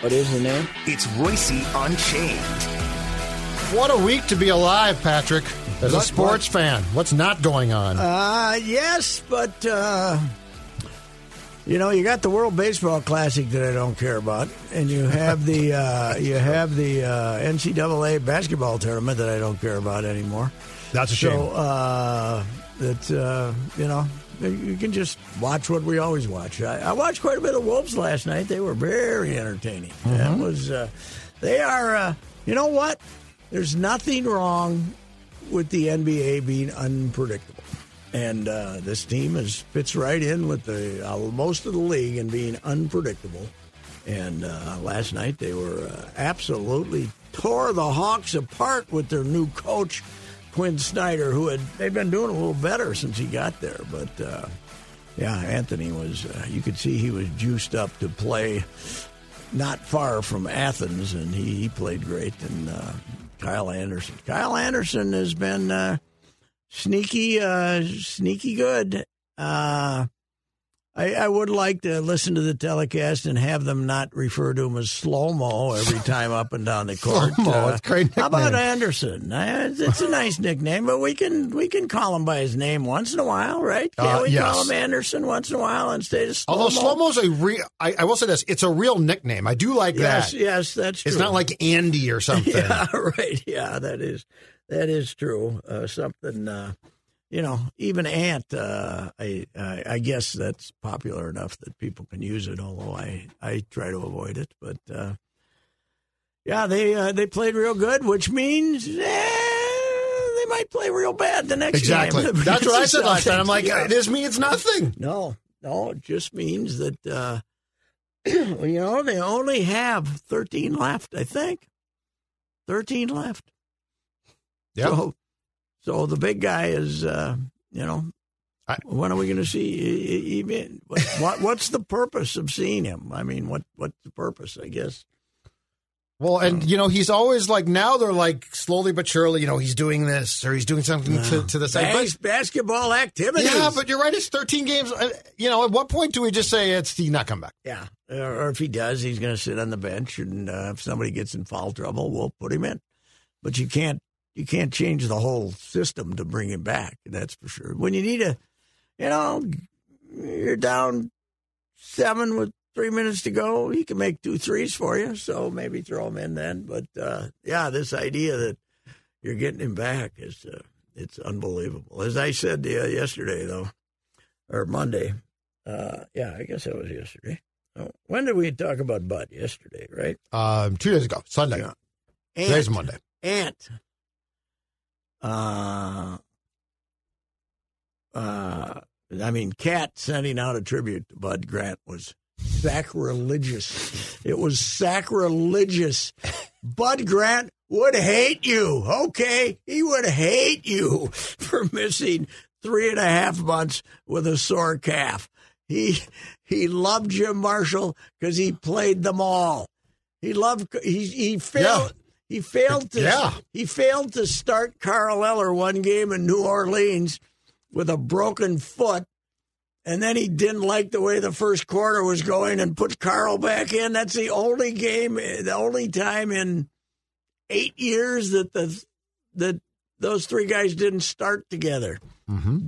What is the name? It's Royce Unchained. What a week to be alive, Patrick. As a What- sports fan, what's not going on? Uh, yes, but, uh, you know, you got the World Baseball Classic that I don't care about, and you have the uh, you have the uh, NCAA basketball tournament that I don't care about anymore. That's a So uh, that uh, you know, you can just watch what we always watch. I, I watched quite a bit of Wolves last night. They were very entertaining. That Mm-hmm. was. Uh, they are. Uh, you know what? There's nothing wrong with the NBA being unpredictable, and uh, this team is fits right in with the uh, most of the league in being unpredictable. And uh, last night they were uh, absolutely tore the Hawks apart with their new coach, Quinn Snyder, who had they've been doing a little better since he got there. But uh, yeah, Anthony was uh, you could see he was juiced up to play not far from Athens, and he, he played great. And uh, Kyle Anderson, Kyle Anderson has been uh, sneaky, uh, sneaky good. Uh, I, I would like to listen to the telecast and have them not refer to him as slow mo every time up and down the court. Uh, Slow-mo, it's a great how about nickname. Anderson? Uh, It's it's a nice nickname, but we can we can call him by his name once in a while, right? Can Uh, we yes. call him Anderson once in a while instead of slow Although slow mo's a real, I, I will say this, it's a real nickname. I do like Yes, that. yes, that's true. It's not like Andy or something. Yeah, right. Yeah, that is that is true. Uh, something, uh, you know, even ant. Uh, I, I I guess that's popular enough that people can use it. Although I I try to avoid it, but uh, yeah, they uh, they played real good, which means. eh, they might play real bad the next Exactly. game. That's what I said last time. I'm like, Yeah. this means nothing. No, no, it just means that uh, well, you know they only have thirteen left. I think thirteen left. Yep. So, so the big guy is, uh, you know, I- when are we going to see? e- e- Even what, what, what's the purpose of seeing him? I mean, what what's the purpose? I guess. Well, and you know, he's always like now they're like slowly but surely, you know, he's doing this or he's doing something to, to the side. Bas- basketball activities. yeah, but you're right. It's 13 games. Uh, You know, at what point do we just say it's the not come back? yeah, or or if he does, he's going to sit on the bench, and uh, if somebody gets in foul trouble, we'll put him in. But you can't you can't change the whole system to bring him back. That's for sure. When you need a, you know, you're down seven with three minutes to go, he can make two threes for you. So maybe throw him in then. But uh, yeah, this idea that you're getting him back is uh, It's unbelievable. As I said uh, yesterday, though, or Monday, uh, yeah, I guess that was yesterday. Oh, When did we talk about Bud? Yesterday, right? Um, two days ago, Sunday. Yeah. Today's Ant. Monday. Ant. Uh, uh, I mean, Cat sending out a tribute to Bud Grant was sacrilegious. it was sacrilegious. Bud Grant would hate you, okay? He would hate you for missing three and a half months with a sore calf. He he loved Jim Marshall because he played them all. He loved he he failed he failed to Yeah. he failed to start Carl Eller one game in New Orleans with a broken foot, and then he didn't like the way the first quarter was going and put Carl back in. That's the only game, the only time in eight years that the that those three guys didn't start together.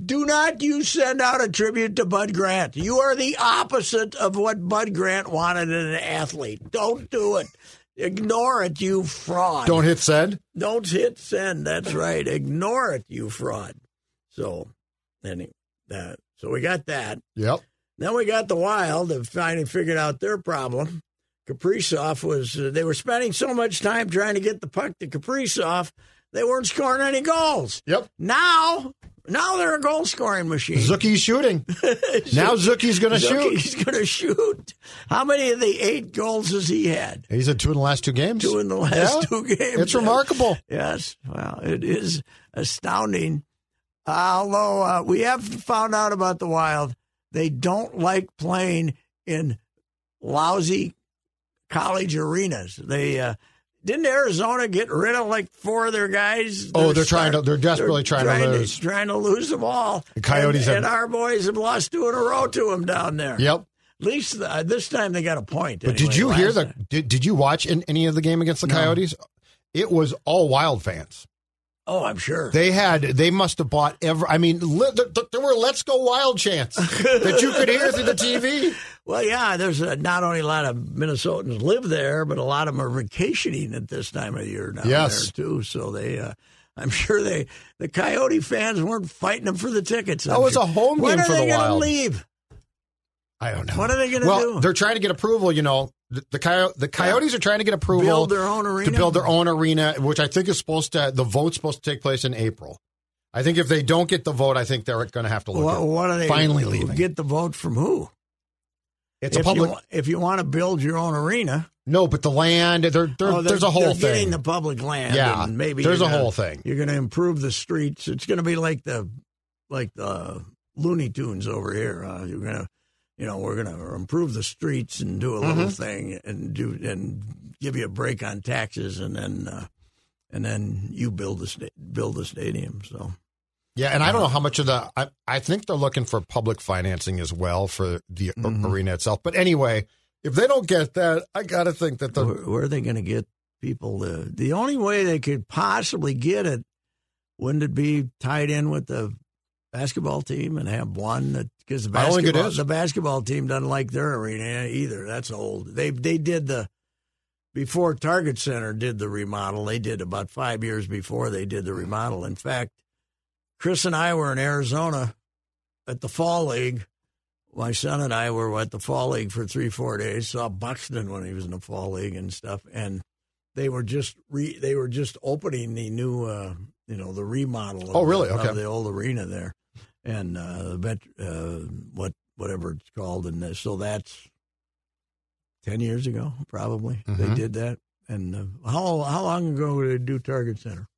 Do not you send out a tribute to Bud Grant. You are the opposite of what Bud Grant wanted in an athlete. Don't do it. Ignore it, you fraud. Don't hit send. Don't hit send. That's right. Ignore it, you fraud. So, anyway, that, so we got that. Yep. Then we got the Wild and finally figured out their problem. Kaprizov was, uh, they were spending so much time trying to get the puck to Kaprizov, they weren't scoring any goals. Yep. Now, now they're a goal scoring machine. Zookie's shooting. now Zookie's going to shoot. He's going to shoot. How many of the eight goals has he had? He's at two in the last two games. Two in the last Yeah. two games. It's remarkable. Yes, well, it is astounding. Although uh, we have found out about the Wild, they don't like playing in lousy college arenas. They uh, didn't Arizona get rid of like four of their guys. Oh, they're start- trying to- they're desperately trying to lose. trying to lose them all. The Coyotes and, have- and our boys have lost two in a row to them down there. Yep. At least uh, this time they got a point. But did anyway, you hear last the? time. Did, did you watch in, any of the game against the Coyotes? It was all Wild fans. Oh, I'm sure. They had. They must have bought every. I mean, li, th- th- there were "Let's Go Wild" chants that you could hear through the TV. Well, yeah, there's a, not only a lot of Minnesotans live there, but a lot of them are vacationing at this time of year down Yes. there too. So they, uh, I'm sure they, the Coyote fans weren't fighting them for the tickets. That I'm was sure. a home when game are for they the gonna Wild. leave? I don't know. What are they gonna well, do? They're trying to get approval. You know, the the, coyo- the Coyotes are trying to get approval Build their own arena? to build their own arena, which I think is supposed to. The vote's supposed to take place in April. I think if they don't get the vote, I think they're going to have to look. What, at what are they Oh, finally leaving? Get the vote from who? it's a if public. You, wa- if you want to build your own arena, no, but the land. There, there, oh, they're- there's a they're whole thing. Getting the public land. Yeah, and maybe there's you're a gonna- whole thing. You're going to improve the streets. It's going to be like the like the Looney Tunes over here. Uh, you're going to you know we're going to improve the streets and do a Mm-hmm. little thing and do and give you a break on taxes and then uh, and then you build the sta- build the stadium. So Yeah, and I don't know how much of the. I, I think they're looking for public financing as well for the a- arena itself. But anyway, if they don't get that, I got to think that the. where, where are they going to get people to? The only way they could possibly get it wouldn't it be tied in with the basketball team and have one that because the I don't think it basketball is. the basketball team doesn't like their arena either. That's old. They they did the before Target Center did the remodel. They did about five years before they did the remodel. In fact, Chris and I were in Arizona at the Fall League. My son and I were at the Fall League for three, four days. Saw Buxton when he was in the Fall League and stuff. And they were just re, they were just opening the new, uh, you know, the remodel. Of Oh, really? The, of Okay. the old arena there, and uh, the vet, uh, what whatever it's called, and uh, so that's ten years ago probably they Mhm. did that. And uh, how how long ago did they do Target Center?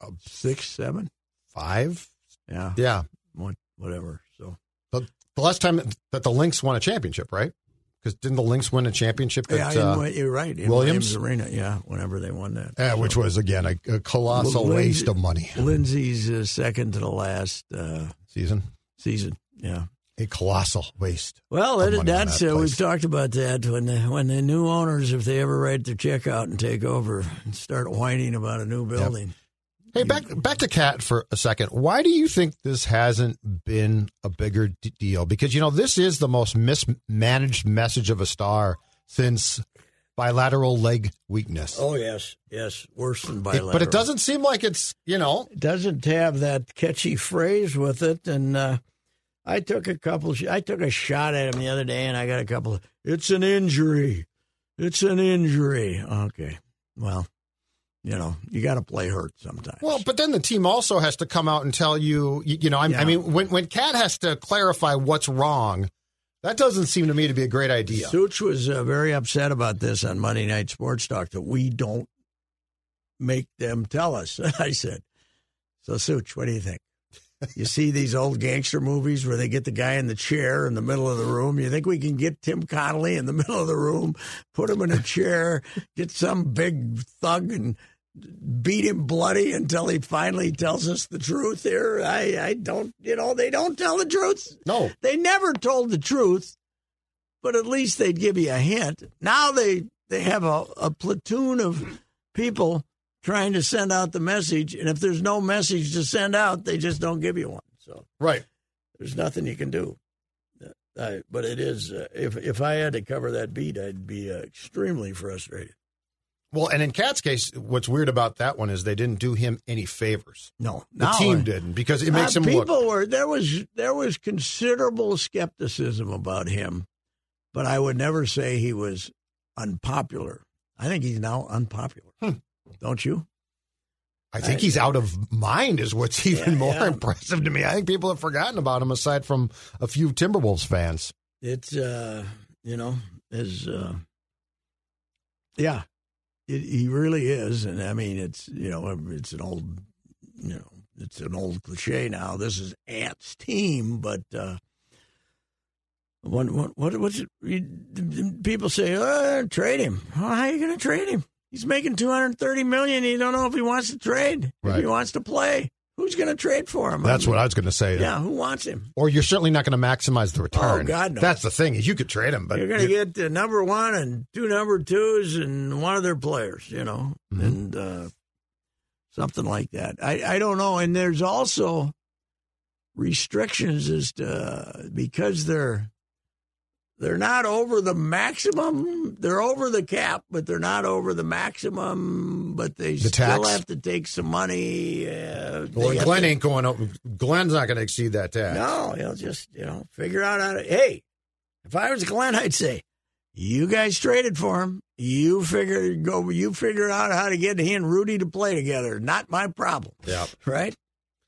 Uh, Six, seven. Five? Yeah, Yeah. what, whatever. So But the last time that the Lynx won a championship, right? Because didn't the Lynx win a championship yeah, at. in uh, Wi- you're right. In Williams? Arena, yeah. Whenever they won that, eh, which was, again, a, a colossal Lin- waste of money Lindsay's uh, second to the last uh, season. season. Yeah. A colossal waste. Well, of that- money in that's that uh, place. we've talked about that when the, when the new owners, if they ever write their check out and take over, and start whining about a new building. Hey, back back to Cat for a second. Why do you think this hasn't been a bigger d- deal? Because you know this is the most mismanaged message of a star since bilateral leg weakness. Oh yes, yes, worse than It- bilateral. but it doesn't seem like it's, you know, doesn't have that catchy phrase with it. And uh, I took a couple. I took a shot at him the other day, and I got a couple. Of, it's an injury. It's an injury. Okay. Well, you know, you got to play hurt sometimes. Well, but then the team also has to come out and tell you, you, you know, I'm, Yeah. I mean, when when Cat has to clarify what's wrong, that doesn't seem to me to be a great idea. Such was uh, very upset about this on Monday Night Sports Talk that we don't make them tell us. I said, So, Such, what do you think? You see these old gangster movies where they get the guy in the chair in the middle of the room. You think we can get Tim Connolly in the middle of the room, put him in a chair, get some big thug and beat him bloody until he finally tells us the truth here? I, I don't, you know, they don't tell the truth. No, They never told the truth, but at least they'd give you a hint. Now they they have a, a platoon of people trying to send out the message, and if there's no message to send out, they just don't give you one. So right. there's nothing you can do. Uh, but it is uh, if if I had to cover that beat, I'd be uh, extremely frustrated. Well, and in Cat's case, what's weird about that one is they didn't do him any favors. No, The team didn't because it makes Uh, him people look. were there was there was considerable skepticism about him, but I would never say he was unpopular. I think he's now unpopular. Don't you? I think he's out of mind, is what's even Yeah, more yeah. impressive to me. I think people have forgotten about him aside from a few Timberwolves fans. It's uh, you know, is uh, yeah, it, he really is, and I mean, it's you know, um, it's an old, you know, it's an old cliche now. This is Ant's team, but uh, what what what what's it, you- people say? Oh, trade him. Well, how are you going to trade him? He's making two hundred thirty million. You don't know if he wants to trade. If Right. he wants to play, who's going to trade for him? That's what I was going to say. Yeah, who wants him? Or you're certainly not going to maximize the return. God, no. That's the thing is you could trade him, but you're going to get the number one and two number twos and one of their players, you know, Mm-hmm. and uh, something like that. I, I don't know. And there's also restrictions as to uh, because they're they're not over the maximum. They're over the cap, but they're not over the maximum. But they The still tax? have to take some money. Uh, they Well, and have Glenn to- ain't going up. Glenn's not going to exceed that tax. no, he'll just, you know, figure out how to. Hey, if I was Glenn, I'd say, you guys traded for him. You figure go. You figure out how to get he and Rudy to play together. Not my problem, Yeah. right?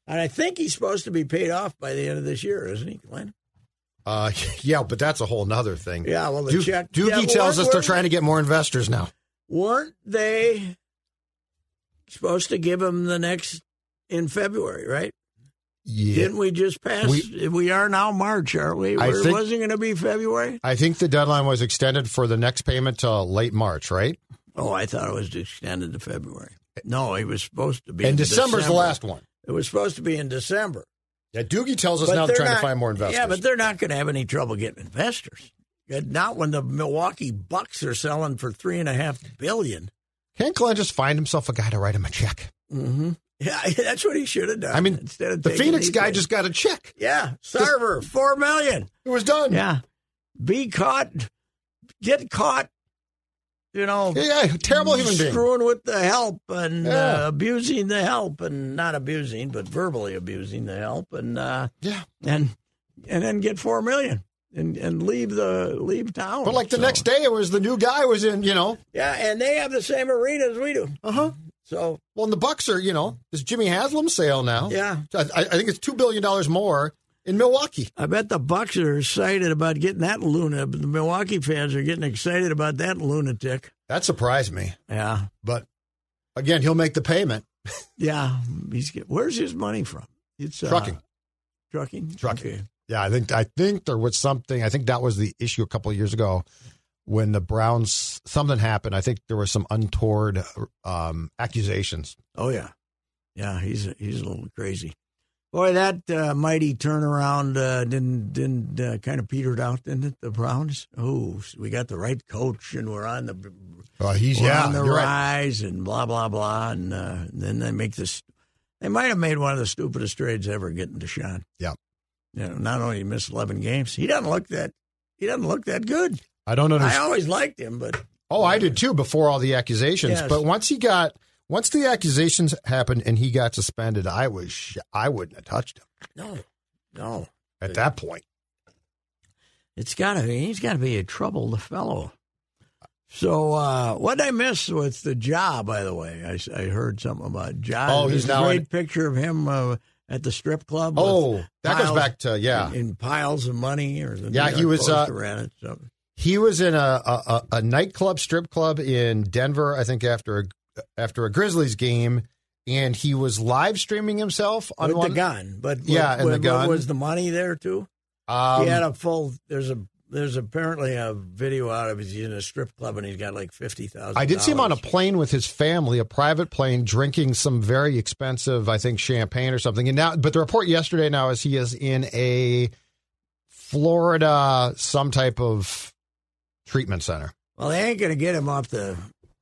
And I think he's supposed to be paid off by the end of this year, isn't he, Glenn? Uh, yeah, but that's a whole nother thing. Yeah. Well, the Duke- check. Dookie yeah, tells us weren't- they're trying to get more investors now. Weren't they supposed to give him the next in February? Right? Yeah. Didn't we just pass? We, are now March, aren't we? I Where- think- wasn't going to be February. I think the deadline was extended for the next payment to late March, right? Oh, I thought it was extended to February. No, it was supposed to be. and in December's December. the last one. It was supposed to be in December. Yeah, Doogie tells us now they're they're trying not- to find more investors. Yeah, but they're not going to have any trouble getting investors. And Not when the Milwaukee Bucks are selling for three and a half billion. Can't Glenn just find himself a guy to write him a check? Mm-hmm. Yeah, that's what he should have done. I mean, instead of the taking Phoenix these guy guys. just got a check. yeah, Sarver four million. It was done. Yeah, be caught, get caught. You know, Yeah, yeah, terrible human being. screwing with the help and uh, Yeah. abusing the help and not abusing but verbally abusing the help and uh, Yeah. and and then get four million and and leave the leave town But like the So- next day, it was the new guy was in, you know. yeah and they have the same arena as we do Uh huh. so Well, and the Bucks are, you know, this Jimmy Haslam sale now. Yeah. I, I I think it's $2 billion more in Milwaukee. I bet the Bucks are excited about getting that Luna but the Milwaukee fans are getting excited about that lunatic That surprised me. yeah But again, he'll make the payment. yeah he's get, where's his money from it's uh, Trucking. trucking Trucking. Okay. Yeah, I think I think there was something. I think that was the issue a couple of years ago when the Browns something happened. I think there were some untoward um, accusations. Oh yeah, yeah. He's a, he's a little crazy. Boy, that uh, mighty turnaround uh, didn't didn't uh, kind of petered out, didn't it? The Browns. Oh, we got the right coach, and we're on the Uh, he's we're yeah, on the you're right. rise, and blah blah blah, and, uh, then they make this. They might have made one of the stupidest trades ever, getting Deshaun. Yeah. You know, not only he missed eleven games, he doesn't look that he doesn't look that good. I don't I understand. always liked him, but Oh, I did too before all the accusations. Yes. But once he got, once the accusations happened and he got suspended, I was, sh- I wouldn't have touched him No, no. at that point. It's got to be. He's got to be a troubled fellow. So, uh, what did I miss with the job? By the way, I, s- I heard something about job. Oh, he's now great in- picture of him uh, at the strip club. with Oh, that goes piles- back to yeah. in, in piles of money or the New Yeah, he York was, uh, Post ran it. So. He was in a, a a a nightclub, strip club in Denver, I think after a after a Grizzlies game, and he was live streaming himself on With one. the gun, but Yeah, and the but- but gun. was the money there too? Um, he had a full. There's a there's apparently a video out of he's in a strip club and he's got like fifty thousand. I did see him on a plane with his family, a private plane, drinking some very expensive, I think, champagne or something. And now, but the report yesterday now is he is in a Florida some type of treatment center. Well, they ain't gonna get him off the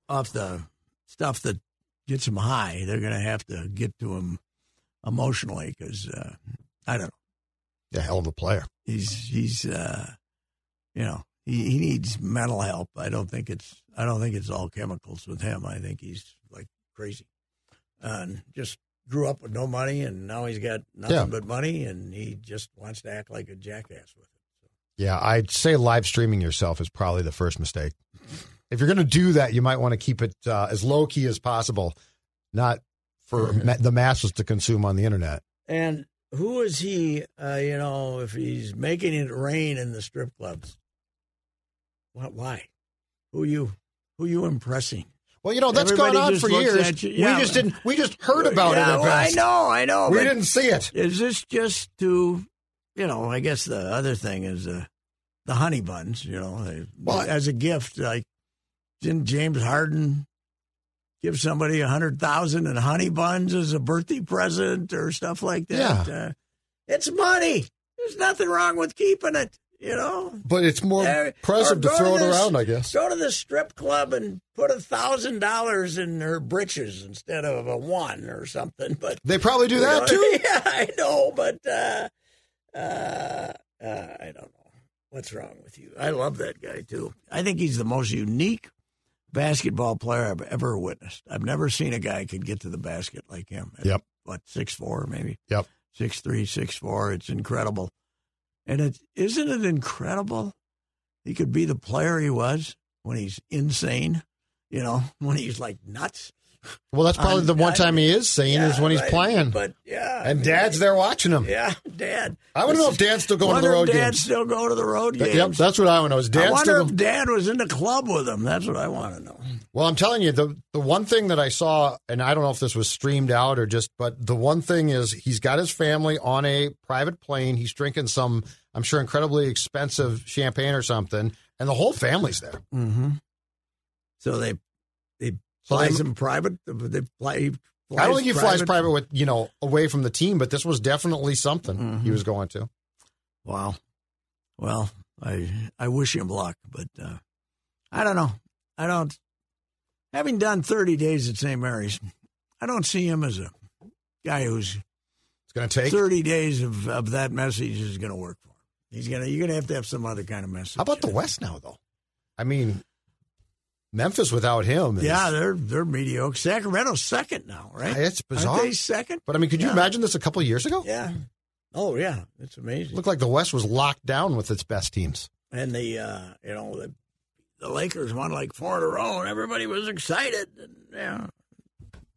off the stuff that gets him high. They're gonna have to get to him emotionally because uh, I don't know. The hell of a player. He's he's uh, you know he, he needs mental help. I don't think it's I don't think it's all chemicals with him. I think he's like crazy and just grew up with no money and now he's got nothing Yeah. but money and he just wants to act like a jackass with it. Yeah, I'd say live streaming yourself is probably the first mistake. If you're going to do that, you might want to keep it uh, as low key as possible, not for ma- the masses to consume on the internet. And who is he? Uh, you know, if he's making it rain in the strip clubs, what? Why? Who you? Who you impressing? Well, you know that's Everybody gone on just for looks years. at you. Yeah. We just didn't. We just heard about yeah, it. well, I Epps. know, I know. We but didn't see it. Is this just to, you know? I guess the other thing is the, the honey buns. You know, they, Well, I- as a gift, like didn't James Harden give somebody a hundred thousand and honey buns as a birthday present or stuff like that? Yeah. Uh, it's money. There's nothing wrong with keeping it. You know, But it's more Yeah, impressive or to go throw to it this- around, I guess. Go to the strip club and put a thousand dollars in her britches instead of a one or something. But They probably do that You know, too. Yeah, I know, but uh, uh, uh, I don't know what's wrong with you. I love that guy too. I think he's the most unique basketball player I've ever witnessed. I've never seen a guy could get to the basket like him. At, Yep. What six four maybe? Yep. Six three, six four. It's incredible, and it isn't it incredible. He could be the player he was when he's insane. You know, when he's like nuts. Well, that's probably I'm- the one I- time he is sane is Yeah, when he's right. playing, But yeah, and Dad's there watching him. Yeah, Dad. I want to know if Dad's still going to wonder the road if Dad games. still go to the road Th- games. Yep, that's what I want to know. Is I Dad wonder still? if Dad was in the club with him. That's what I want to know. Well, I'm telling you, the the one thing that I saw, and I don't know if this was streamed out or just, but the one thing is he's got his family on a private plane. He's drinking some, I'm sure, incredibly expensive champagne or something, and the whole family's there. Mm-hmm. So they they So flies they- him private. They fly. he flies I don't think he flies private with you know away from the team, but this was definitely something he Mm-hmm. was going to. Wow. Well, I I wish him luck, but uh, I don't know. I don't. Having done 30 days at St. Mary's, I don't see him as a guy who's It's going to take. 30 days of, of that message is going to work for him. He's gonna. You're gonna have to have some other kind of message. How about the West now, though? I mean, Memphis without him. Is, Yeah, they're they're mediocre. Sacramento's second now, right? It's bizarre. Aren't they second? But I mean, could you Yeah. imagine this a couple of years ago? Yeah. Oh yeah, it's amazing. Looked like the West was locked down with its best teams. and the uh, you know the, the Lakers won like four in a row, and everybody was excited. And, yeah.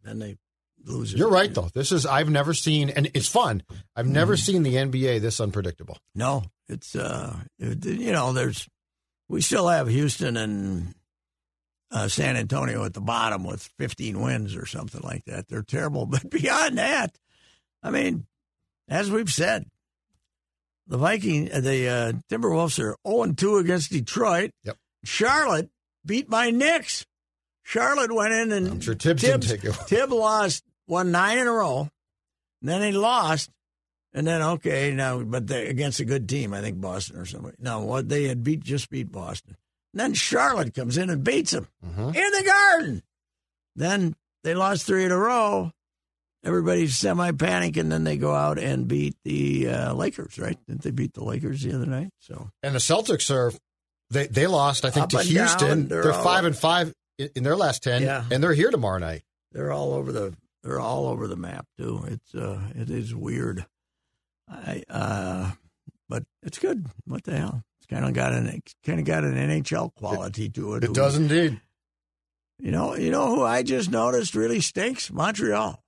Then they lose. it. You're right, though. This is I've never seen, and it's fun. I've never Mm-hmm. seen the NBA this unpredictable. No, it's uh, it- you know, there's we still have Houston and uh, San Antonio at the bottom with 15 wins or something like that. They're terrible, but beyond that, I mean, as we've said, the Viking, uh, the uh, Timberwolves are 0 2 against Detroit. Yep. Charlotte beat my Knicks. Charlotte went in and I'm sure Tibbs didn't take it. Tibb lost won nine in a row, and then he lost, and then okay now, but they against a good team, I think Boston or somebody. No, what they had beat just beat Boston. And then Charlotte comes in and beats them Mm-hmm. in the Garden. Then they lost three in a row. Everybody's semi panic, and then they go out and beat the uh, Lakers. Right? Didn't they beat the Lakers the other night? So And the Celtics are They they lost, I think, Up to and down, Houston. they're they're all- five and five in, in their last ten, Yeah. and they're here tomorrow night. They're all over the they're all over the map too. It's uh it is weird. I uh but it's good. What the hell? It's kind of got an kind of got an NHL quality to it. It who- does indeed. You know, you know who I just noticed really stinks? Montreal.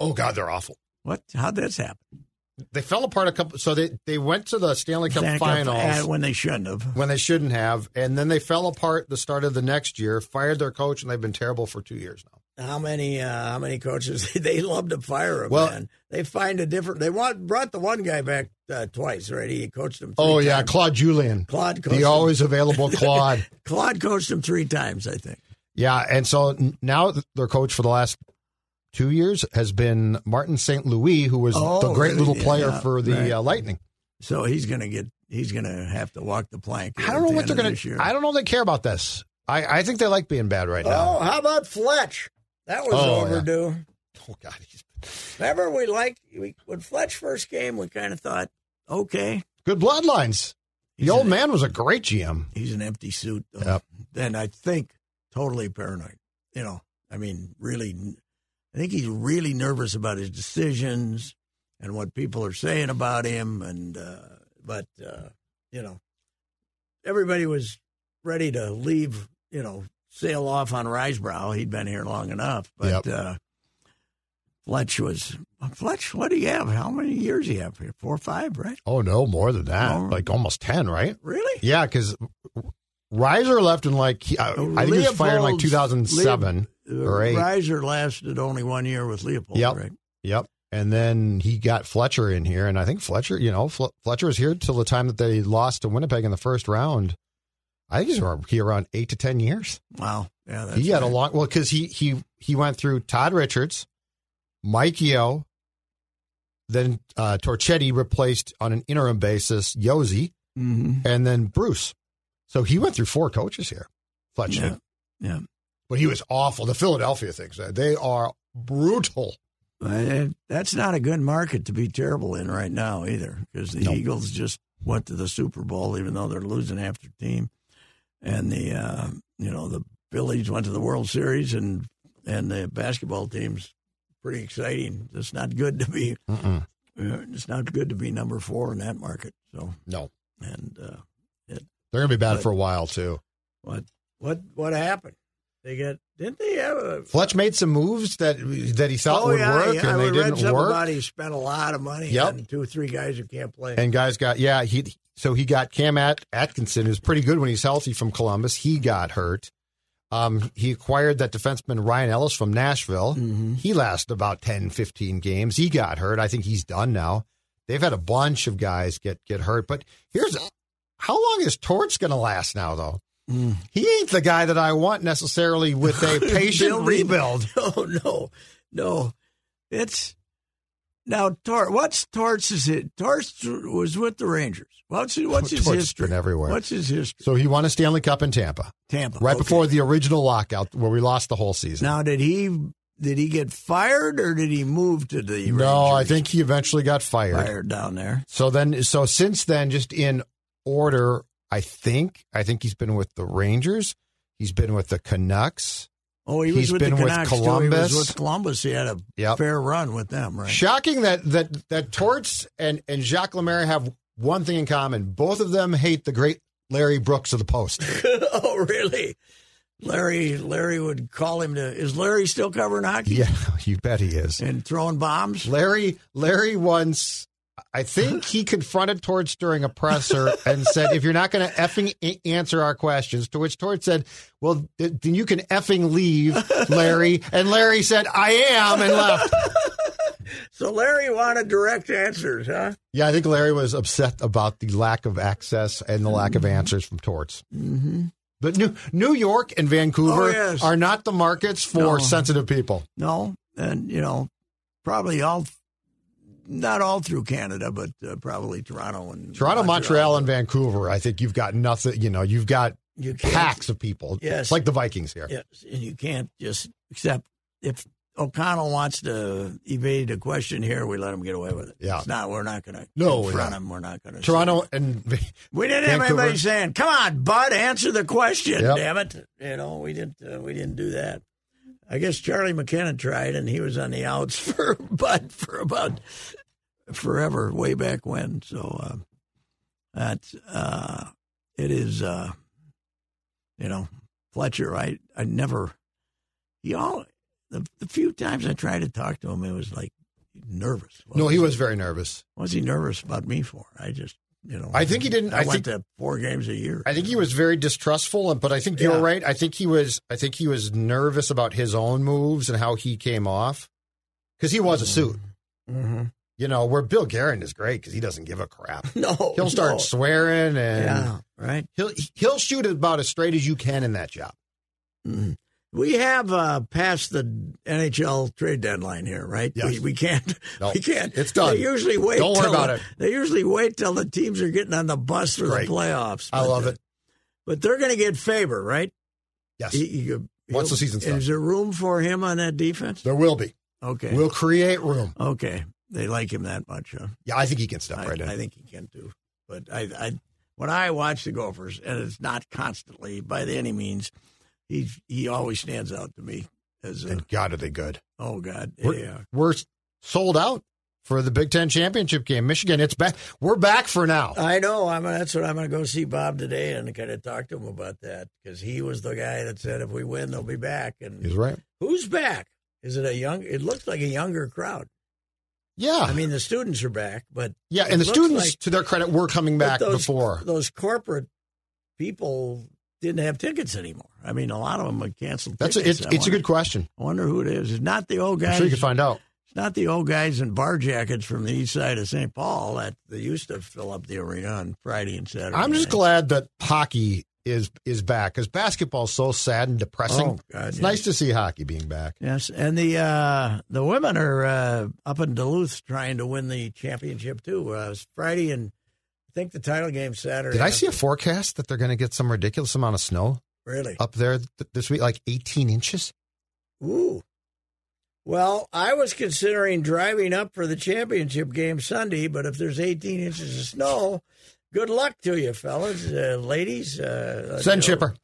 Oh God, they're awful. What? How'd this happen? They fell apart a couple. So they they went to the Stanley Cup Stanley Cup, Finals. uh, when they shouldn't have. when they shouldn't have, and then they fell apart the start of the next year, fired their coach, and they've been terrible for two years now. How many? Uh, how many coaches? They love to fire a Well- man. They find a different. They want brought the one guy back uh, twice, right? He coached him. Three Oh yeah, times. Claude Julian, Claude coached. the him- always available Claude. Claude coached him three times, I think. yeah, and so n- now th- their coach for the last two years has been Martin St. Louis, who was Oh, the great really? little player Yeah, for the right. uh, Lightning. So he's gonna get. He's gonna have to walk the plank. I don't know what they're going going to. I don't know if they care about this. I, I think they like being bad right now. Oh, how about Fletch? That was Oh, yeah. overdue. Oh God, he's Remember, we like we, when Fletch first came, we kind of thought, okay, good bloodlines. The He's old a- man was a great GM. he's an empty suit. Though. Yep. Then I think totally paranoid. You know, I mean, really, I think he's really nervous about his decisions and what people are saying about him. And uh, but uh, you know, everybody was ready to leave. You know, sail off on Risebrow. He'd been here long enough, but. Uh, Fletch was Fletch. What do you have? How many years do you have here? Four or five, right? Oh no, more than that. Oh. Like almost ten, right? Really? Yeah, because Riser left in like he, I, Uh, I think he was fired in like Leopold's- 2007 Leop- or eight. Reiser lasted only one year with Leopold, Yep. right? Yep, and then he got Fletcher in here, and I think Fletcher, you know, Fle- Fletcher was here till the time that they lost to Winnipeg in the first round. I think he's around, he around eight to ten years. Wow. Yeah, that's he had right. a long well because he he he went through Todd Richards, Mike Yo, then uh, Torchetti replaced on an interim basis Yosi, Mhm. and then Bruce. So he went through four coaches here, Fletcher. Yeah. Yeah. But he was awful. The Philadelphia things, uh, they are brutal. Uh, That's not a good market to be terrible in right now either, because the Eagles just went to the Super Bowl, even though they're losing half their team, and the uh, you know the Phillies went to the World Series, and and the basketball team's pretty exciting. It's not good to be. Mm-mm. uh, It's not good to be number four in that market. So No, and uh, they're going to be bad But- for a while, too. What what what happened? They got didn't they have a Fletch made some moves that that he thought would work, Oh, yeah, and I they read didn't something work. About he spent a lot of money Yep. on two or three guys who can't play. and guys got, yeah, he so he got Cam At- Atkinson, who's pretty good when he's healthy from Columbus. He got hurt. Um, he acquired that defenseman Ryan Ellis from Nashville. He lasted about 10, 15 games. He got hurt. I think he's done now. They've had a bunch of guys get get hurt. But here's how long is Torts going to last now, though? He ain't the guy that I want necessarily with a patient Building- rebuild. No, no, no. It's now Tor. What's Torts? Is it Torts was with the Rangers? What's his, what's his Torts has history? been everywhere. What's his history? So he won a Stanley Cup in Tampa Tampa. right okay. before the original lockout where we lost the whole season. Now, did he did he get fired or did he move to the? no, I Rangers? think he eventually got fired. fired down there. So then, so since then, just in order, I think I think he's been with the Rangers. He's been with the Canucks. Oh, he He's was with been the with Canucks Too. He Columbus. was with Columbus. He had a Yep. fair run with them, right? Shocking that that that Torts and and Jacques Lemaire have one thing in common. Both of them hate the great Larry Brooks of the Post. oh, really? Larry, Larry would call him to. Is Larry still covering hockey yeah, you bet he is. and throwing bombs? Larry Larry once I think he confronted Torts during a presser and said, "If you're not going to effing a- answer our questions," to which Torts said, "Well, th- then you can effing leave, Larry." And Larry said, "I am," and left. So Larry wanted direct answers, huh? Yeah, I think Larry was upset about the lack of access and the lack of answers from Torts. Mm-hmm. But New, New York and Oh, Vancouver yes. are not the markets for No. sensitive people. No, and you know, probably all, not all through Canada, but uh, probably Toronto and Toronto, Montreal, and Vancouver. I think you've got nothing. You know, you've got You can't- packs of people. Yes. It's like the Vikings here. Yes, and you can't just accept if O'Connell wants to evade a question here, we let him get away with it. Yeah. It's not, we're not going to No, confront yeah. him. We're not going to. Toronto and We didn't have Vancouver. anybody saying, "Come on, Bud, answer the question." Yep. Damn it! You know, we didn't. Uh, we didn't do that. I guess Charlie McKenna tried, and he was on the outs for Bud for about forever, way back when. So uh, that's uh, it is. Uh, you know, Fletcher. I I never. He all the, the few times I tried to talk to him, it was like nervous. What no, he was very nervous. what was he nervous about me for? I just, you know, I think he didn't- I, I went think- to four games a year. I think he was very distrustful, and but I think Yeah. you're right. I think he was. I think he was nervous about his own moves and how he came off because he was a suit. mm-hmm. You know, where Bill Guerin is great because he doesn't give a crap. no, He'll start Oh, no. swearing and Yeah, right. he'll he'll shoot about as straight as you can in that job. Mhm. We have uh, passed the NHL trade deadline here, right? Yes. We, we can't. No, we can't. it's done. They usually wait. Don't worry till about the- it. They usually wait till the teams are getting on the bus for Great. the playoffs. I But, love uh, it. But they're going to get favor, right? Yes, He- he- Once the season's done. is there room for him on that defense? there will be. Okay. We'll create room. okay. They like him that much, huh? Yeah, I think he can step I, right in. I think he can too. But I, I, when I watch the Gophers, and it's not constantly by any means, he he always stands out to me as a and God, are they good? oh god, We're, yeah, we're sold out for the Big Ten championship game. Michigan, it's back. We're back for now. I know. I'm that's what I'm going to go see Bob today and kind of talk to him about that because he was the guy that said if we win they'll be back. And He's right. who's back? Is it a young? It looks like a younger crowd. Yeah, I mean, the students are back, but yeah, it and the looks students, like- to their credit, were coming But back those, before. Those corporate people didn't have tickets anymore. I mean, a lot of them had canceled. That's a, tickets. it's I it's a wonder- good question. I wonder who it is. It's not the old I'm guys. sure you can find out. it's not the old guys in bar jackets from the east side of St. Paul that they used to fill up the arena on Friday and Saturday. I'm just night. glad that hockey is is back because basketball's so sad and depressing. Oh, God, it's yeah. nice to see hockey being back. Yes, and the uh, the women are uh, up in Duluth trying to win the championship too. Uh, it's Friday and I think the title game Saturday. Did I see a forecast that they're going to get some ridiculous amount of snow really? up there th- this week, like 18 inches? Ooh. Well, I was considering driving up for the championship game Sunday, but if there's 18 inches of snow, good luck to you, fellas, uh, ladies. Uh, Send you know. Chipper.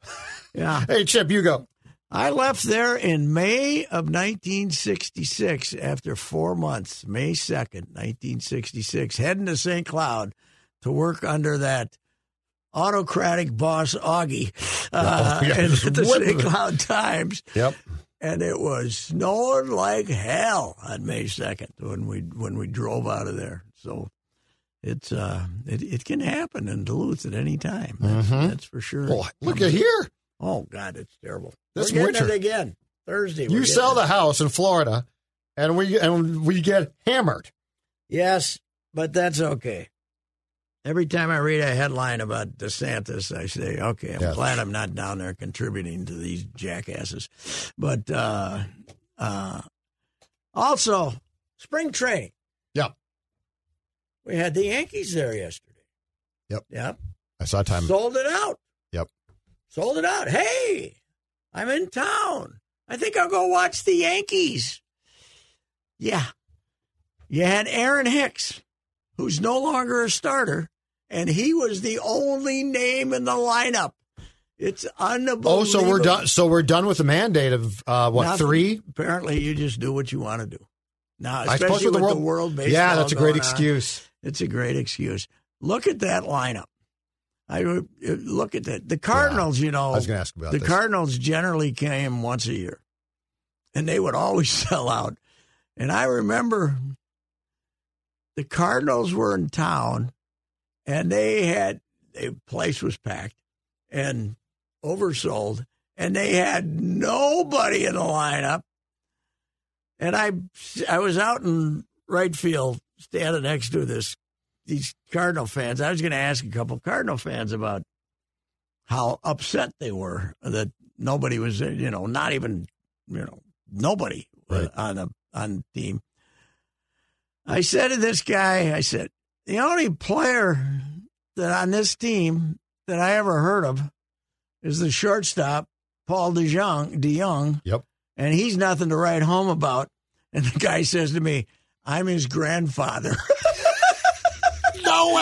Yeah. Hey, Chip, you go. I left there in May of 1966 after four months, May 2nd, 1966, heading to St. Cloud to work under that autocratic boss, Augie, uh, yeah, and just at the whipping St. it. Cloud Times Yep. and it was snowing like hell on May second when we when we drove out of there. So it's uh it, it can happen in Duluth at any time. That's, Mhm. that's for sure. Well, look at here. Oh God, it's terrible. This We're getting winter. it again Thursday. we're You getting sell it. the house in Florida, and we and we get hammered. yes, but that's okay. Every time I read a headline about DeSantis, I say, okay, I'm Yes. glad I'm not down there contributing to these jackasses. But uh, uh, also, spring training. Yeah, We had the Yankees there yesterday. Yep. Yep. I saw time. Sold it out. Yep. Sold it out. Hey, I'm in town. I think I'll go watch the Yankees. Yeah. You had Aaron Hicks, who's no longer a starter, and he was the only name in the lineup. It's unbelievable. oh, so we're done. So we're done with the mandate of uh, what Now, three? Apparently, you just do what you want to do. Now, I especially suppose with, the world, baseball. Yeah, that's a great going on. uh, excuse. It's a great excuse. Look at that lineup. I would- look at that. The Cardinals, you know, I was going to ask about oh, the this. Cardinals generally came once a year, and they would always sell out. And I remember the Cardinals were in town, and they had the place was packed and oversold, and they had nobody in the lineup. And I, I was out in right field, standing next to this these Cardinal fans. I was going to ask a couple Cardinal fans about how upset they were that nobody was, you know, not even, you know, nobody uh, Right. on the on the team. I said to this guy, I said, the only player that on this team that I ever heard of is the shortstop Paul DeJong, DeYoung. Yep. and he's nothing to write home about. And the guy says to me, I'm his grandfather. No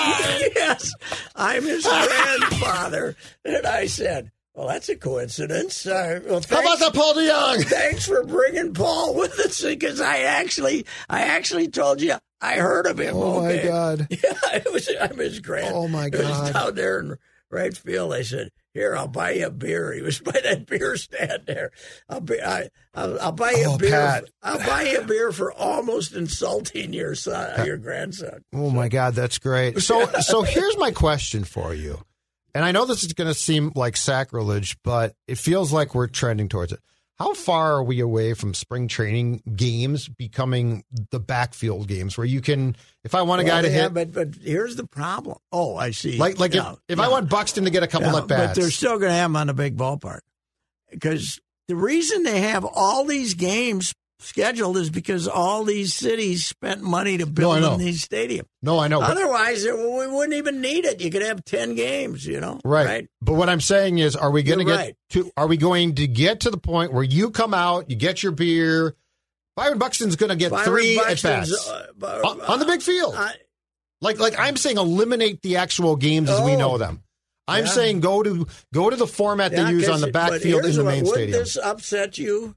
yes, I'm his grandfather. And I said, Well, that's a coincidence. Uh, well, How thanks- about that, Paul DeYoung? Thanks for bringing Paul with us because I actually, I actually told you I heard of him. Oh my okay? God! Yeah, it was. I'm his grand. Oh, my it was God. down there in right field. I said, "Here, I'll buy you a beer." He was by that beer stand there. I'll be. I, I'll, I'll buy you Oh, a beer. Pat. I'll buy you a beer for almost insulting your son, your grandson. Oh my God, that's great. So, so here's my question for you, and I know this is going to seem like sacrilege, but it feels like we're trending towards it. How far are we away from spring training games becoming the backfield games where you can, if I want a guy to Well, yeah, hit, but but here's the problem. Oh, I see. like like Yeah, if, if yeah. I want Buxton to get a couple Yeah, at bats, But they're still going to have them on the big ballpark. Because the reason they have all these games scheduled is because all these cities spent money to build know. them these stadiums. no, I know, but- Otherwise, it, we wouldn't even need it. You could have 10 games, you know? Right. But what I'm saying is, are we going to You're get right. to? Are we going to get to the point where you come out, you get your beer? Byron Buxton's going to get Byron three at Buxton's, bats uh, bu- on, on the big field. I- like, like I'm saying, eliminate the actual games as we Oh. know them. I'm Yeah. saying go to go to the format Yeah, they use on 'cause the it- but backfield in here's the what- main wouldn't stadium. this upset you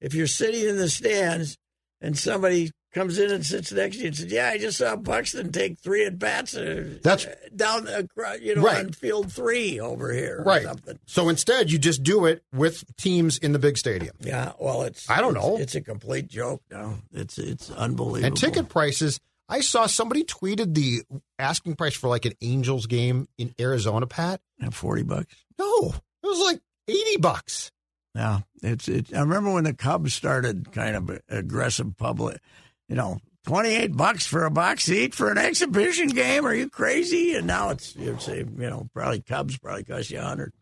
if you're sitting in the stands and somebody comes in and sits next to you and says, "Yeah, I just saw Buxton take three at bats uh, That's- uh, down uh, cro- you know Right. on field three over here or right. something." So instead, you just do it with teams in the big stadium. Yeah, well, it's I don't it's- know. It's a complete joke now. It's it's unbelievable. And ticket prices, I saw somebody tweeted the asking price for like an Angels game in Arizona, Pat. Yeah, forty bucks. No, it was like 80 bucks. Yeah, it's it. I remember when the Cubs started kind of aggressive public, you know, twenty eight bucks for a box seat for an exhibition game. Are you crazy? And now it's it's a, you know probably Cubs probably cost you a hundred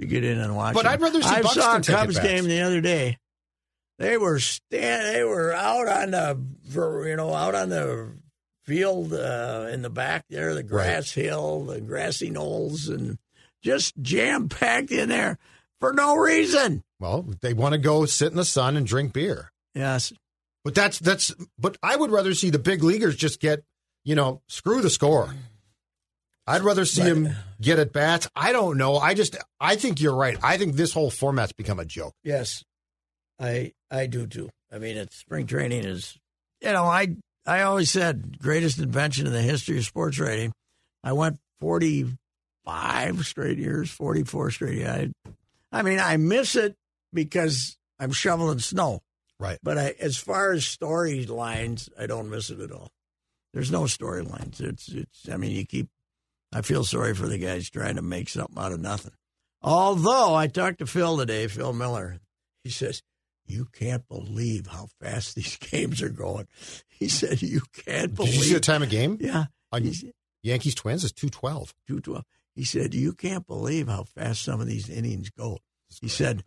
to get in and watch. But them. I'd rather see I saw Buxton a take it Cubs back. game the other day. They were stand. They were out on the you know out on the field uh, in the back there, the grass hill, the grassy knolls, and just jam packed in there for no reason. Well, they want to go sit in the sun and drink beer. Yes. But that's that's but I would rather see the big leaguers just get, you know, screw the score. I'd rather see But- them get at bats. I don't know. I just I think you're right. I think this whole format's become a joke. Yes. I I do too. I mean, it's spring training is you know, I I always said greatest invention in the history of sports writing. I went 45 straight years, 44 straight years. I, I mean, I miss it because I'm shoveling snow. Right. But I, as far as storylines, I don't miss it at all. There's no storylines. It's it's. I mean, you keep. I feel sorry for the guys trying to make something out of nothing. Although I talked to Phil today, Phil Miller. He says, "You can't believe how fast these games are going." He said, "You can't Did you see the believe." time of game? Yeah. On He's- Yankees Twins is 212. two twelve. He said, "You can't believe how fast some of these innings go." He said,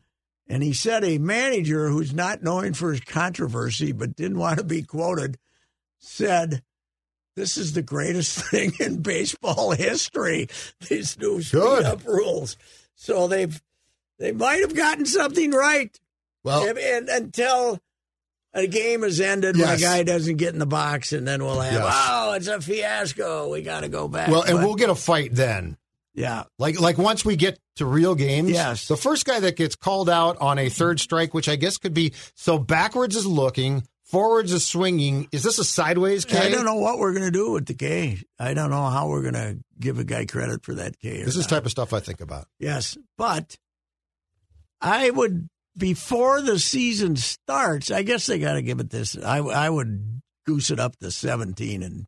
and he said a manager who's not known for his controversy but didn't want to be quoted said, "This is the greatest thing in baseball history. These new Good. speed up rules." So they've they might have gotten something right, Well, and, and- until. A game is ended when Yes. a guy doesn't get in the box, and then we'll have, Yes. oh, it's a fiasco. We got to go back. well, and But- we'll get a fight then. yeah, Like like once we get to real games, Yes. the first guy that gets called out on a third strike, which I guess could be so backwards is looking, forwards is swinging. Is this a sideways K? I don't know what we're going to do with the K. I don't know how we're going to give a guy credit for that K. or This is not. type of stuff I think about. Yes, but I would before the season starts. I guess they got to give it this. I I would goose it up to seventeen and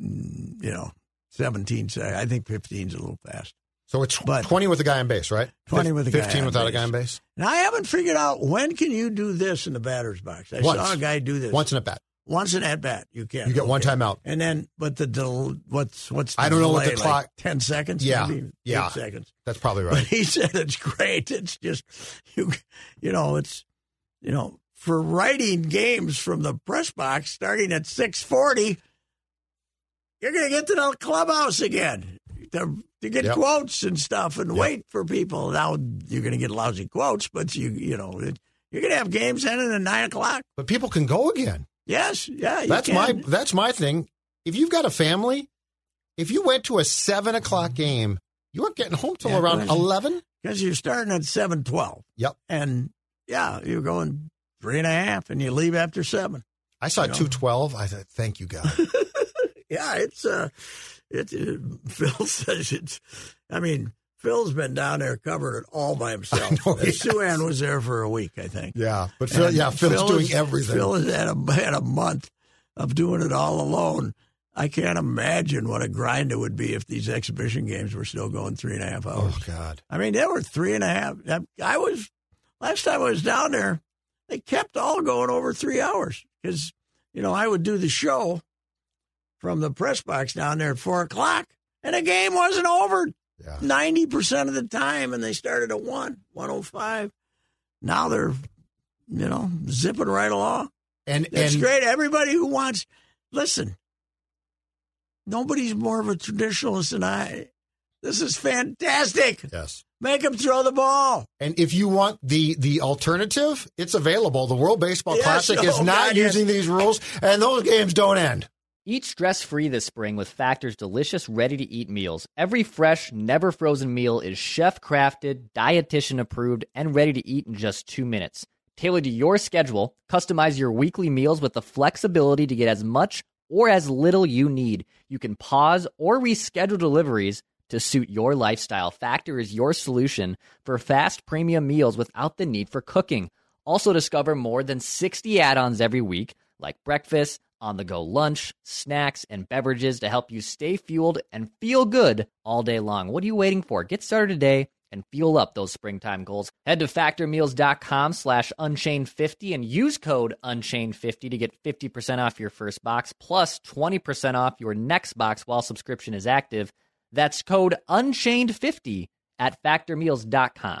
mm, you know seventeen. so I think fifteen's a little fast. So it's But- twenty with a guy on base, right? 20 with a guy fifteen on without a base. guy on base. And I haven't figured out when can you do this in the batter's box. I Once. saw a guy do this Once in a bat, Once an at bat. You can you get one Okay. timeout. And then, but the del- what's what's the I don't know what delay, the like clock- ten seconds. Yeah, maybe? Eight yeah. seconds. That's probably But right. he said it's great. It's just you, you know, it's you know for writing games from the press box starting at six forty. You're gonna get to the clubhouse again to, to get Yep. quotes and stuff and Yep. wait for people. Now you're gonna get lousy quotes, but you you know it, You're going to have games ending at nine o'clock. But people can go again. Yes, yeah. you That's can. my that's my thing. If you've got a family, if you went to a seven o'clock game, you weren't getting home till Mm-hmm. Yeah, around listen. eleven. because you're starting at seven twelve, Yep, and yeah, you're going three and a half, and you leave after seven. I saw Yeah. two twelve. I thought, thank you God. Yeah, it's uh, it, it Phil says it's. I mean, Phil's been down there covering it all by himself. know, And yes. Sue Ann was there for a week, I think. yeah, but Phil, And yeah, Phil's Phil doing is- everything. Phil has had a, had a month of doing it all alone. I can't imagine what a grind it would be if these exhibition games were still going three and a half hours. oh God, I mean, they were three and a half. I, I was last time I was down there. They kept all going over three hours because you know I would do the show from the press box down there at four o'clock, and the game wasn't over yeah. ninety percent of the time, and they started at one one o five. Now they're you know zipping right along. And That's and great. Everybody who wants, listen. Nobody's more of a traditionalist than I. This is fantastic. yes, Make him throw the ball. and if you want the the alternative, it's available. The World Baseball Yes, Classic oh, is not God, yes. using these rules, and those games don't end. Eat stress free this spring with Factor's delicious, ready to eat meals. Every fresh, never frozen meal is chef crafted, dietitian approved, and ready to eat in just two minutes. Tailored to your schedule, customize your weekly meals with the flexibility to get as much or as little you need. You can pause or reschedule deliveries to suit your lifestyle. Factor is your solution for fast, premium meals without the need for cooking. Also, discover more than 60 add ons every week, like breakfast, on the go lunch, snacks, and beverages to help you stay fueled and feel good all day long. What are you waiting for? Get started today and fuel up those springtime goals. Head to factormeals.com slash unchained50 and use code unchained50 to get 50% off your first box plus 20% off your next box while subscription is active. That's code unchained50 at factormeals.com.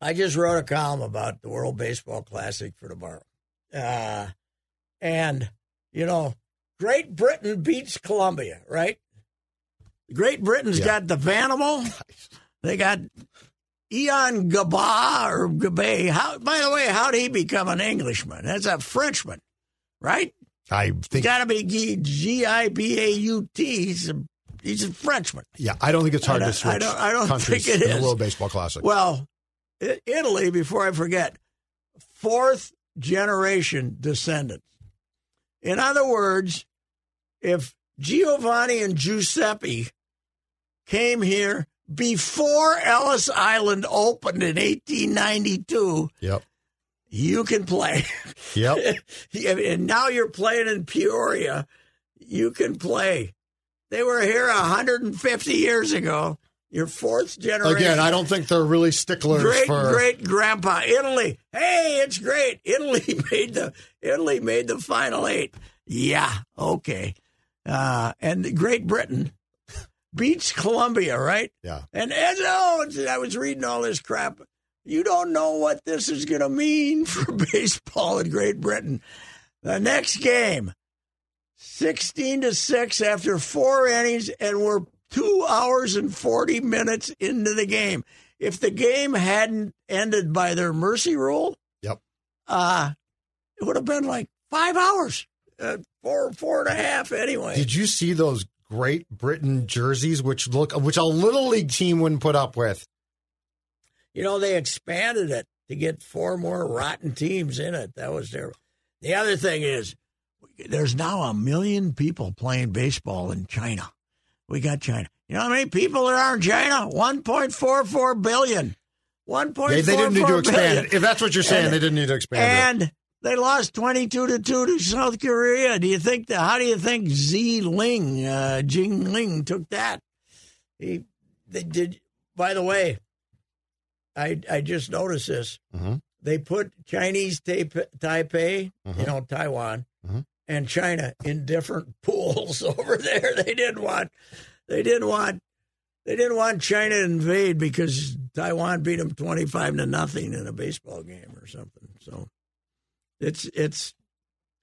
I just wrote a column about the World Baseball Classic for tomorrow. Uh, and, you know, Great Britain beats Colombia, right? Great Britain's Yeah. got the Vanimal. They got Eon Gabba or Gabay. How, by the way, how did he become an Englishman? That's a Frenchman, right? I think, Got to be G- G-I-B-A-U-T. He's a, he's a Frenchman. yeah, I don't think it's hard I to don't- I switch don't- I don't countries think it in is. the World Baseball Classic. Well, I- Italy, before I forget, fourth generation descendants. In other words, if Giovanni and Giuseppe came here before Ellis Island opened in 1892, yep, you can play. yep. and now you're playing in Peoria. You can play. They were here 150 years ago. Your fourth generation. Again, I don't think they're really sticklers Great for. great grandpa Italy. Hey, it's great. Italy made the Italy made the final eight. Yeah, okay. Uh, and Great Britain beats Colombia, right? Yeah. And as oh, it's- I was reading all this crap. You don't know what this is going to mean for baseball in Great Britain. The next game, sixteen to six after four innings, and we're two hours and forty minutes into the game. If the game hadn't ended by their mercy rule, Yep. uh, it would have been like five hours, uh, four four and a half anyway. Did you see those Great Britain jerseys, which look, which a little league team wouldn't put up with? You know, they expanded it to get four more rotten teams in it. That was their. The other thing is, there's now a million people playing baseball in China. We got China. You know how many people there are in China? 1.44 billion. 1.44 They, they didn't need to expand. billion. it. If that's what you're saying, And- they didn't need to expand. And they lost 22 to 2 to South Korea. Do you think that? How do you think Z Ling, uh, Jing Ling, took that? He, they did. By the way, I I just noticed this. Mhm. they put Chinese Taip- Taipei, you know, Taiwan, Mhm. and China in different pools over there. They didn't want, they didn't want, they didn't want China to invade because Taiwan beat them twenty-five to nothing in a baseball game or something. So it's it's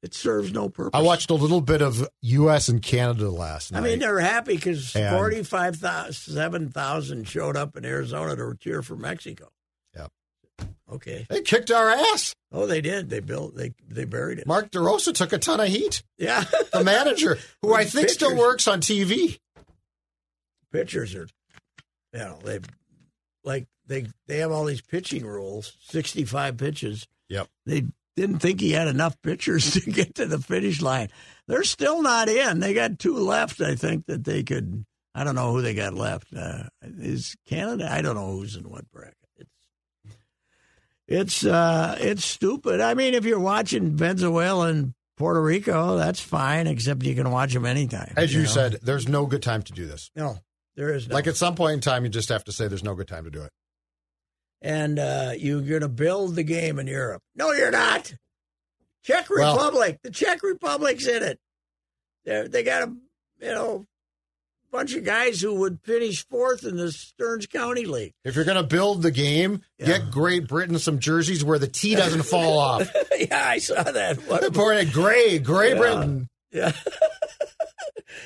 it serves no purpose. I watched a little bit of U.S. and Canada last I night. mean, they're happy because And- 47,000 showed up in Arizona to cheer for Mexico. Yep. Okay. they kicked our ass. Oh, they did. They built. They they buried it. Mark DeRosa took a ton of heat. Yeah. The manager, who I think still Pitchers. works on TV. pitchers are, you know, they like they they have all these pitching rules. Sixty five pitches. Yep. They didn't think he had enough pitchers to get to the finish line. They're still not in. They got two left. I think that they could. I don't know who they got left. Uh, is Canada? I don't know who's in what bracket. It's it's uh, it's stupid. I mean, if you're watching Venezuela and Puerto Rico, that's fine. Except you can watch them anytime. As you know? said, there's no good time to do this. no, there is no. Like at some point in time, you just have to say there's no good time to do it. and uh, you're going to build the game in Europe. No, you're not. Czech Well- Republic. the Czech Republic's in it. They're, they got a you know bunch of guys who would finish fourth in the Stearns County League. If you're going to build the game, get Great Britain some jerseys where the T doesn't fall off. yeah, I saw that. What, Important, Great, Great Yeah. Britain. yeah.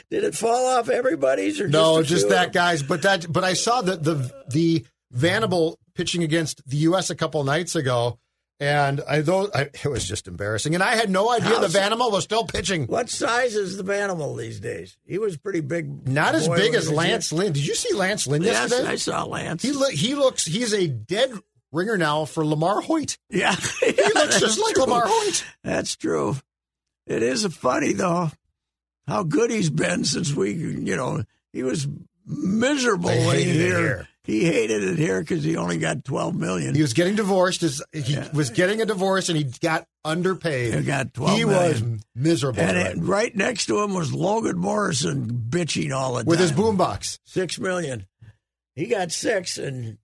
Did it fall off everybody's or No, just, a just few? that guy's. But that, but I saw that the the Vanable pitching against the U.S. a couple nights ago, and I though I, it was just embarrassing, and I had no idea How the so- Vanable was still pitching. What size is the animal these days? He was pretty big. Not as boy big when as he was Lance Lynn. Did you see Lance Lynn in- Yes, yesterday? I saw Lance. He look he looks he's a dead ringer now for Lamar Hoyt. yeah, He looks just like Lamar Hoyt. That's true. It is funny though how good he's been since we, you know, he was miserable They when he hated it here. here. He hated it here because he only got twelve million. He was getting divorced. His, he was getting a divorce and he got underpaid. He got 12 He million. was miserable and right? it- right next to him was Logan Morrison bitching all the time with his boombox. Six million. He got six, and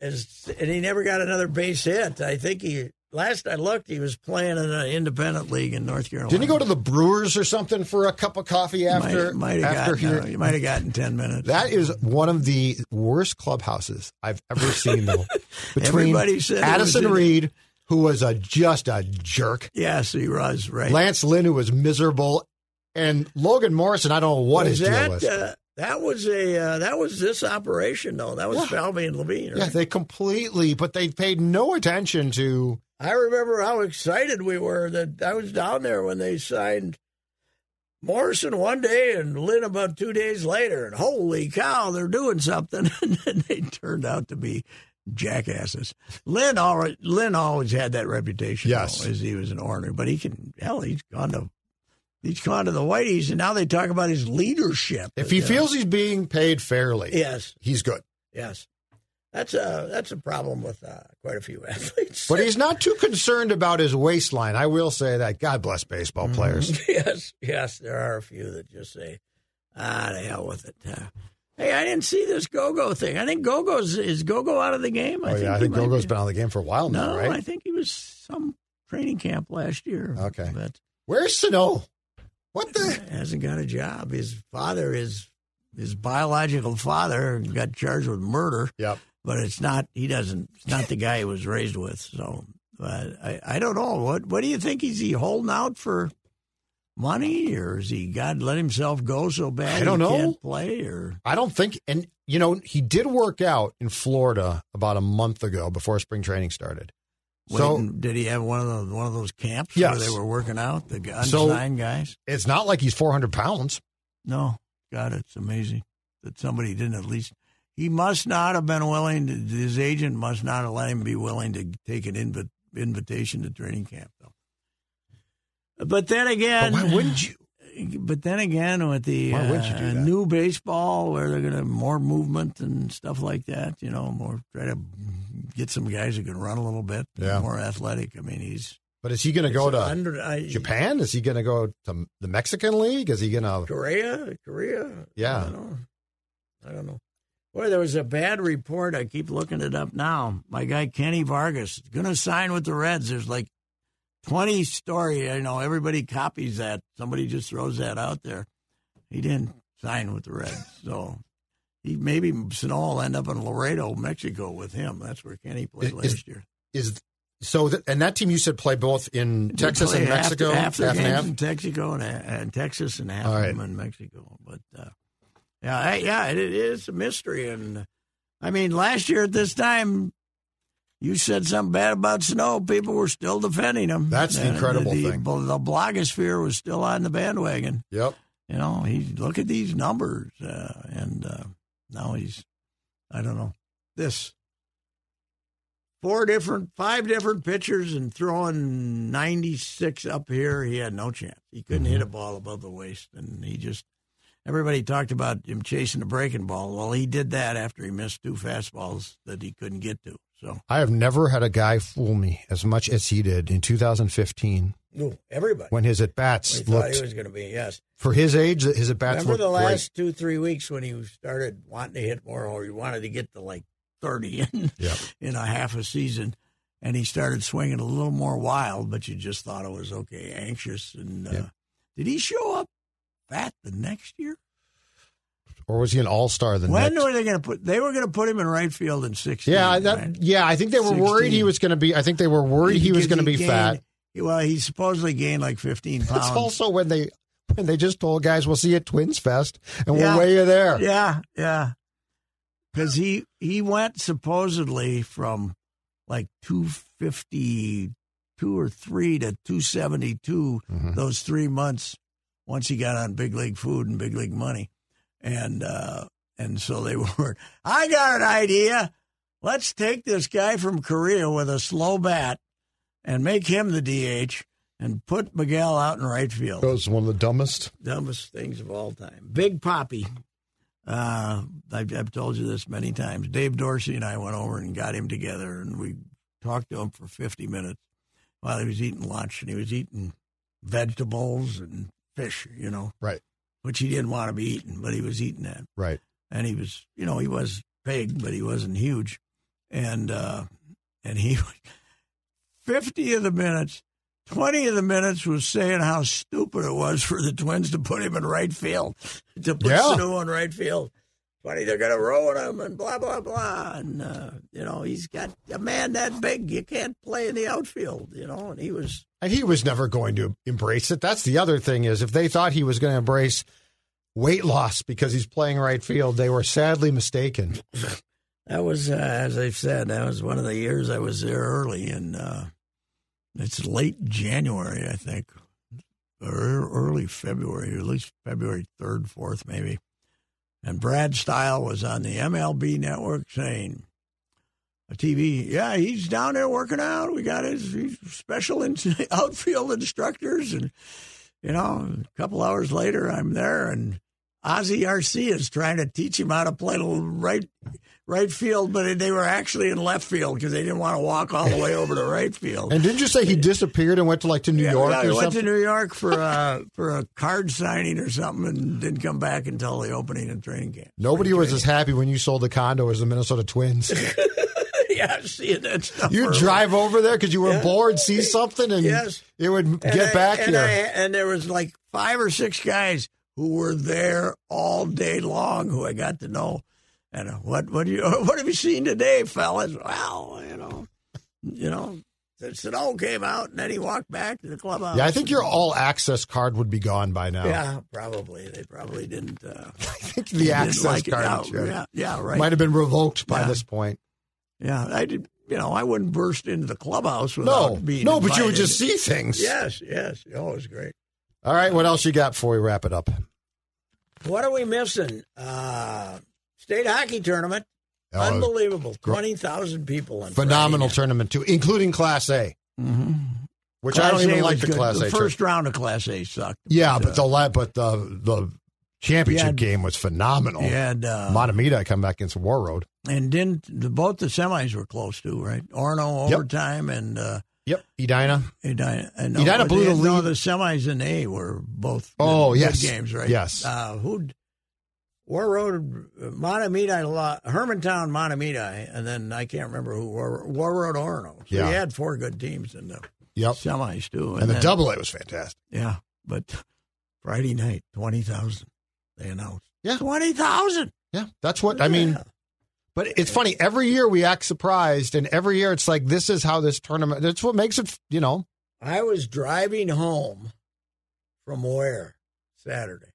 as and he never got another base hit. I think he last I looked, he was playing in an independent league in North Carolina. Didn't he go to the Brewers or something for a cup of coffee after? might, might have after gotten, hear- you might have gotten ten minutes. that is one of the worst clubhouses I've ever seen, though. Between Everybody said it was Addison in- Reed, who was a just a jerk, Yes, he was right. Lance Lynn, who was miserable, and Logan Morrison. I don't know what was his that, deal was. Uh, that was a uh, that was this operation though. That was Falvey and Levine. Yeah, right? they completely, but they paid no attention to. I remember how excited we were that I was down there when they signed Morrison one day and Lynn about two days later, and holy cow, they're doing something. and then they turned out to be jackasses. Lynn always Lynn always had that reputation. though, Yes. as he was an ornery, but he can hell, he's gone to he's gone to the Whiteys, and now they talk about his leadership. If he You know. feels he's being paid fairly, yes, he's good. yes. That's a that's a problem with uh, quite a few athletes. But he's not too concerned about his waistline. I will say that. God bless Mm-hmm. baseball players. yes, yes, there are a few that just say, "Ah, to hell with it." Uh, hey, I didn't see this go-go thing. I think go-go's is go-go out of the game. oh, yeah. I he think might Gogo's be. been out of the game for a while now, No, right? I think he was some training camp last year. Okay. but Where's Sano? What the? hasn't got a job. His father is his biological father got charged with murder, Yep. but it's not. He doesn't. It's not the guy he was raised with. So. Uh, I I don't know what what do you think is he holding out for money or is he God let himself go so bad I don't he know. can't play or I don't think. And, you know, he did work out in Florida about a month ago before spring training started. So waiting- did he have one of those one of those camps Yes. where they were working out the guys- So- unsigned guys? it's not like he's 400 pounds. No, God, it's amazing that somebody didn't at least. He must not have been willing. To, his agent must not have let him be willing to take an invi- invitation to training camp, though. But then But again, why wouldn't you? But then again, with the Why would you do uh, that? new baseball, where they're going to have more movement and stuff like that, you know, more try to get some guys who can run a little bit, Yeah. more athletic. I mean, he's But is he going to go to under, I, Japan? Is he going to go to the Mexican League? Is he going to? Korea, Korea. Yeah. I don't know. I don't know. Boy, there was a bad report. I keep looking it up now. My guy Kenny Vargas going to sign with the Reds. There's like 20 story. I know everybody copies that. Somebody just throws that out there. He didn't sign with the Reds, so he maybe Sano will end up in Laredo, Mexico, with him. That's where Kenny played Is- last is- year. Is so, th- and that team you said play both in They Texas play and half- Mexico, half, the half and games half? in Mexico and, uh, and Texas and half All right. of them in Mexico. But uh, yeah, I, yeah, it, it is a mystery. And I mean, last year at this time, you said something bad about Snow. People were still defending him. That's the And incredible the, thing. The, the blogosphere was still on the bandwagon. Yep. You know, he look at these numbers, uh, and uh, now he's, I don't know, this. Four different, five different pitchers, and throwing ninety six up here, he had no chance. He couldn't hit a ball above the waist, and he just. Everybody talked about him chasing a breaking ball. Well, he did that after he missed two fastballs that he couldn't get to. So, I have never had a guy fool me as much as he did in 2015 no, everybody. when his at we bats thought he looked was going to be yes. for his age. His at bats Remember looked the last two, three weeks when he started wanting to hit more, or he wanted to get to like 30 in, Yeah. in a half a season, and he started swinging a little more wild, but you just thought it was okay, anxious. And uh, Yeah. did he show up fat the next year? great. or was he an all star the when next? were they going to put? They were going to put him in right field in 16. yeah, that, right? yeah. I think they were 16. worried he was going to be. I think they were worried he was Because going to be gained- fat. Well, he supposedly gained like 15 pounds. That's also when they when they just told guys we'll see you at Twins Fest and Yeah. we'll weigh you there. Yeah, yeah. Because he he went supposedly from like two fifty two or three to two seventy two those three months once he got on big league food and big league money, and uh, and so they were. I got an idea. Let's take this guy from Korea with a slow bat and make him the DH and put Miguel out in right field That was one of the dumbest. dumbest things of all time. Big Poppy. Uh, I've, I've told you this many times. Dave Dorsey and I went over and got him together, and we talked to him for 50 minutes while he was eating lunch, and he was eating vegetables and fish, you know, Right, which he didn't want to be eating, but he was eating that right. and he was you know he was big but he wasn't huge and uh and he 50 of the minutes 20 of the minutes was saying how stupid it was for the twins to put him in right field to put Yeah. Sano in right field 20 they're gonna ruin him and blah blah blah and uh, you know he's got a man that big you can't play in the outfield you know and he was And he was never going to embrace it. That's the other thing is if they thought he was going to embrace weight loss because he's playing right field, they were sadly mistaken. That was, uh, as I said, that was one of the years I was there early, and uh, it's late January, I think, or ear- early February, or at least February third, fourth, maybe. And Brad Stile was on the MLB network saying, a TV, yeah, he's down there working out. We got his, his special in- outfield instructors, and you know, a couple hours later, I'm there, and Ozzy RC is trying to teach him how to play l- right right field, but they were actually in left field because they didn't want to walk all the way over to right field. And didn't you say he disappeared and went to like to New Yeah, York yeah, he or went something? to New York for uh, for a card signing or something, and didn't come back until the opening of training camp. Nobody was as happy when you sold the condo as the Minnesota Twins. yeah, seeing that stuff. You early. drive over there because you were Yeah. bored, see something, and Yes. it would And get I- back and here. I- and there was like five or six guys who were there all day long who I got to know. And uh, what what do you what have you seen today, fellas? Well, you know, you know, Sano came out and then he walked back to the clubhouse. yeah, I think your all access card would be gone by now. Oh, Yeah, probably they probably didn't. Uh, I think the access like it. card Yeah, yeah, yeah, right. might have been revoked by Yeah. this point. Yeah, I did. You know, I wouldn't burst into the clubhouse without No, being no, but you would invited. just see things. Yes, yes. Oh, it was great. All right, what else you got before we wrap it up? Uh, What are we missing? Uh, state hockey tournament. Oh, Unbelievable. gr- 20,000 people. On Phenomenal tournament too, including Class A, Mm-hmm. which I don't even like the Class The A. first tournament. round of Class A sucked. yeah, but uh, the la- but the the championship Yeah. game was phenomenal. you had, uh, Matamita come back against War Road. and didn't the, both the semis were close too, right? Orno Yep. overtime and uh, Yep, Edina. Edina, and Edina no, blew the No, lead. the semis and A were both Oh, good yes. games, right? Yes. Uh, who War Road, Montemita, Lo- Hermantown, Montemita, and then I can't remember who War, War Road Orono. So Yeah. we had four good teams in the Yep. semis too, And the then- double A was fantastic. Yeah, but Friday night, twenty thousand. They announced. Yeah. twenty thousand. Yeah. That's what I mean. But it's funny. Every year we act surprised, and every year it's like this is how this tournament. That's what makes it. You know. I was driving home from where Saturday.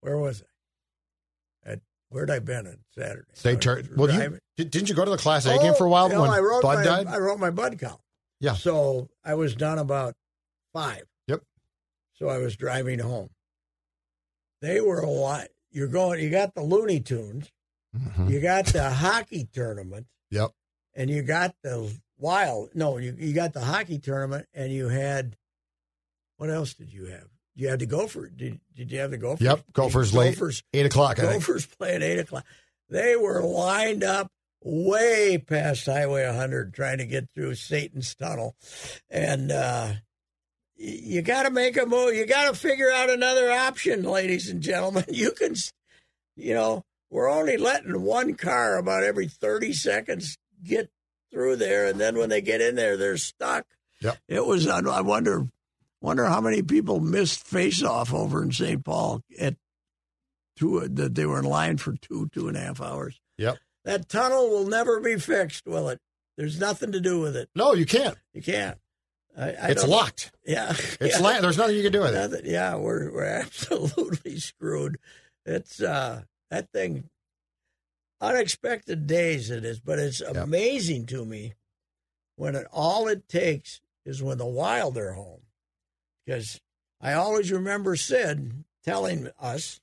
Where was I? At where'd I been on Saturday? I They was turn. Well, you, driving- did- didn't you go to the Class A game Oh, for a while you know, when I wrote Bud my, died? I wrote my Bud count. yeah. So I was done about five. Yep. So I was driving home. They were a lot. You're going. You got the Looney Tunes. Mhm. You got the hockey tournament, Yep. and you got the wild. No, you you got the hockey tournament, and you had. What else did you have? You had the Gopher. Did Did you have the Gophers? Yep. Gophers late. Gophers. Eight o'clock. I think. Gophers play at eight o'clock. They were lined up way past Highway 100 trying to get through Satan's Tunnel, and uh, y- you got to make a move. You got to figure out another option, ladies and gentlemen. You can, s- you know, we're only letting one car about every 30 seconds get through there, and then when they get in there, they're stuck. Yep. It was. I I wonder. Wonder how many people missed face off over in St. Paul at two that they were in line for two two and a half hours. Yep. That tunnel will never be fixed, will it? There's nothing to do with it. No, you can't. You can't. I, I It's don't- locked. Yeah, yeah. It's la- there's nothing you can do with it. Nothing- yeah, we're we're absolutely screwed. It's uh that thing. Unexpected days it is, but it's amazing to me when it, all it takes is when the wild are home, because I always remember Sid telling us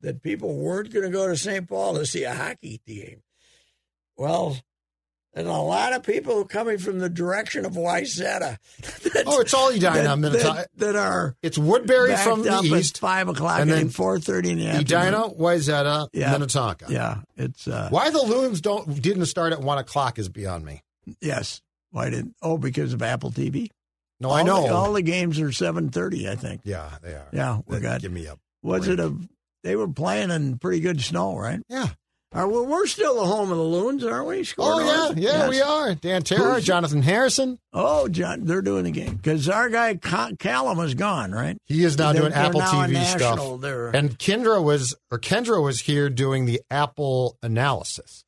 that people weren't going to go to St. Paul to see a hockey game. Well. There's a lot of people coming from the direction of Wayzata. that- Oh, it's all you down that- on Minnetonka. that- that are It's Woodbury backed from the up at east, five o'clock and and, then then four thirty in the afternoon. Edina, Wayzata, Yeah. Minnetonka. Yeah, it's uh, Why the loons don't didn't start at one o'clock is beyond me. yes. Why didn't? Oh, because of Apple TV. No, all Oh, I know. The, all the games are seven thirty. I think. yeah, they are. Yeah, we They got. give me up. Was it a? They were playing in pretty good snow, right? Yeah. Are well, we're still the home of the loons, aren't we? Oh Score yeah, North? yeah, Yes. we are. Dan Terra, Who's- Jonathan Harrison. Oh, John, they're doing the game because our guy Ca- Callum is gone, right? He is now They're- doing they're Apple now TV national. stuff. They're- And Kendra was or Kendra was here doing the Apple analysis.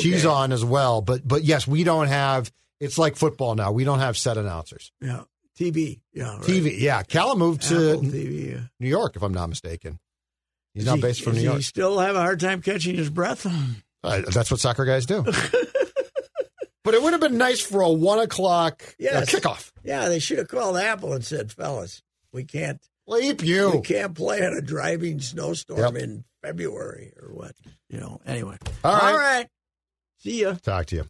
She's Okay. on as well, but but yes, we don't have. It's like football now. We don't have set announcers. yeah, TV. Yeah, right. TV, yeah. Callum moved to Apple TV. yeah. New York, if I'm not mistaken. uh, He's Does now he- based from does New He York. still have a hard time catching his breath. Uh, that's what soccer guys do. but it would have been nice for a one o'clock uh, Yes. kickoff. Yeah, they should have called Apple and said, "Fellas, we can't, Leap we you. can't play in a driving snowstorm Yep. in February or what." You know. Anyway. All right. All right. See ya. Talk to you.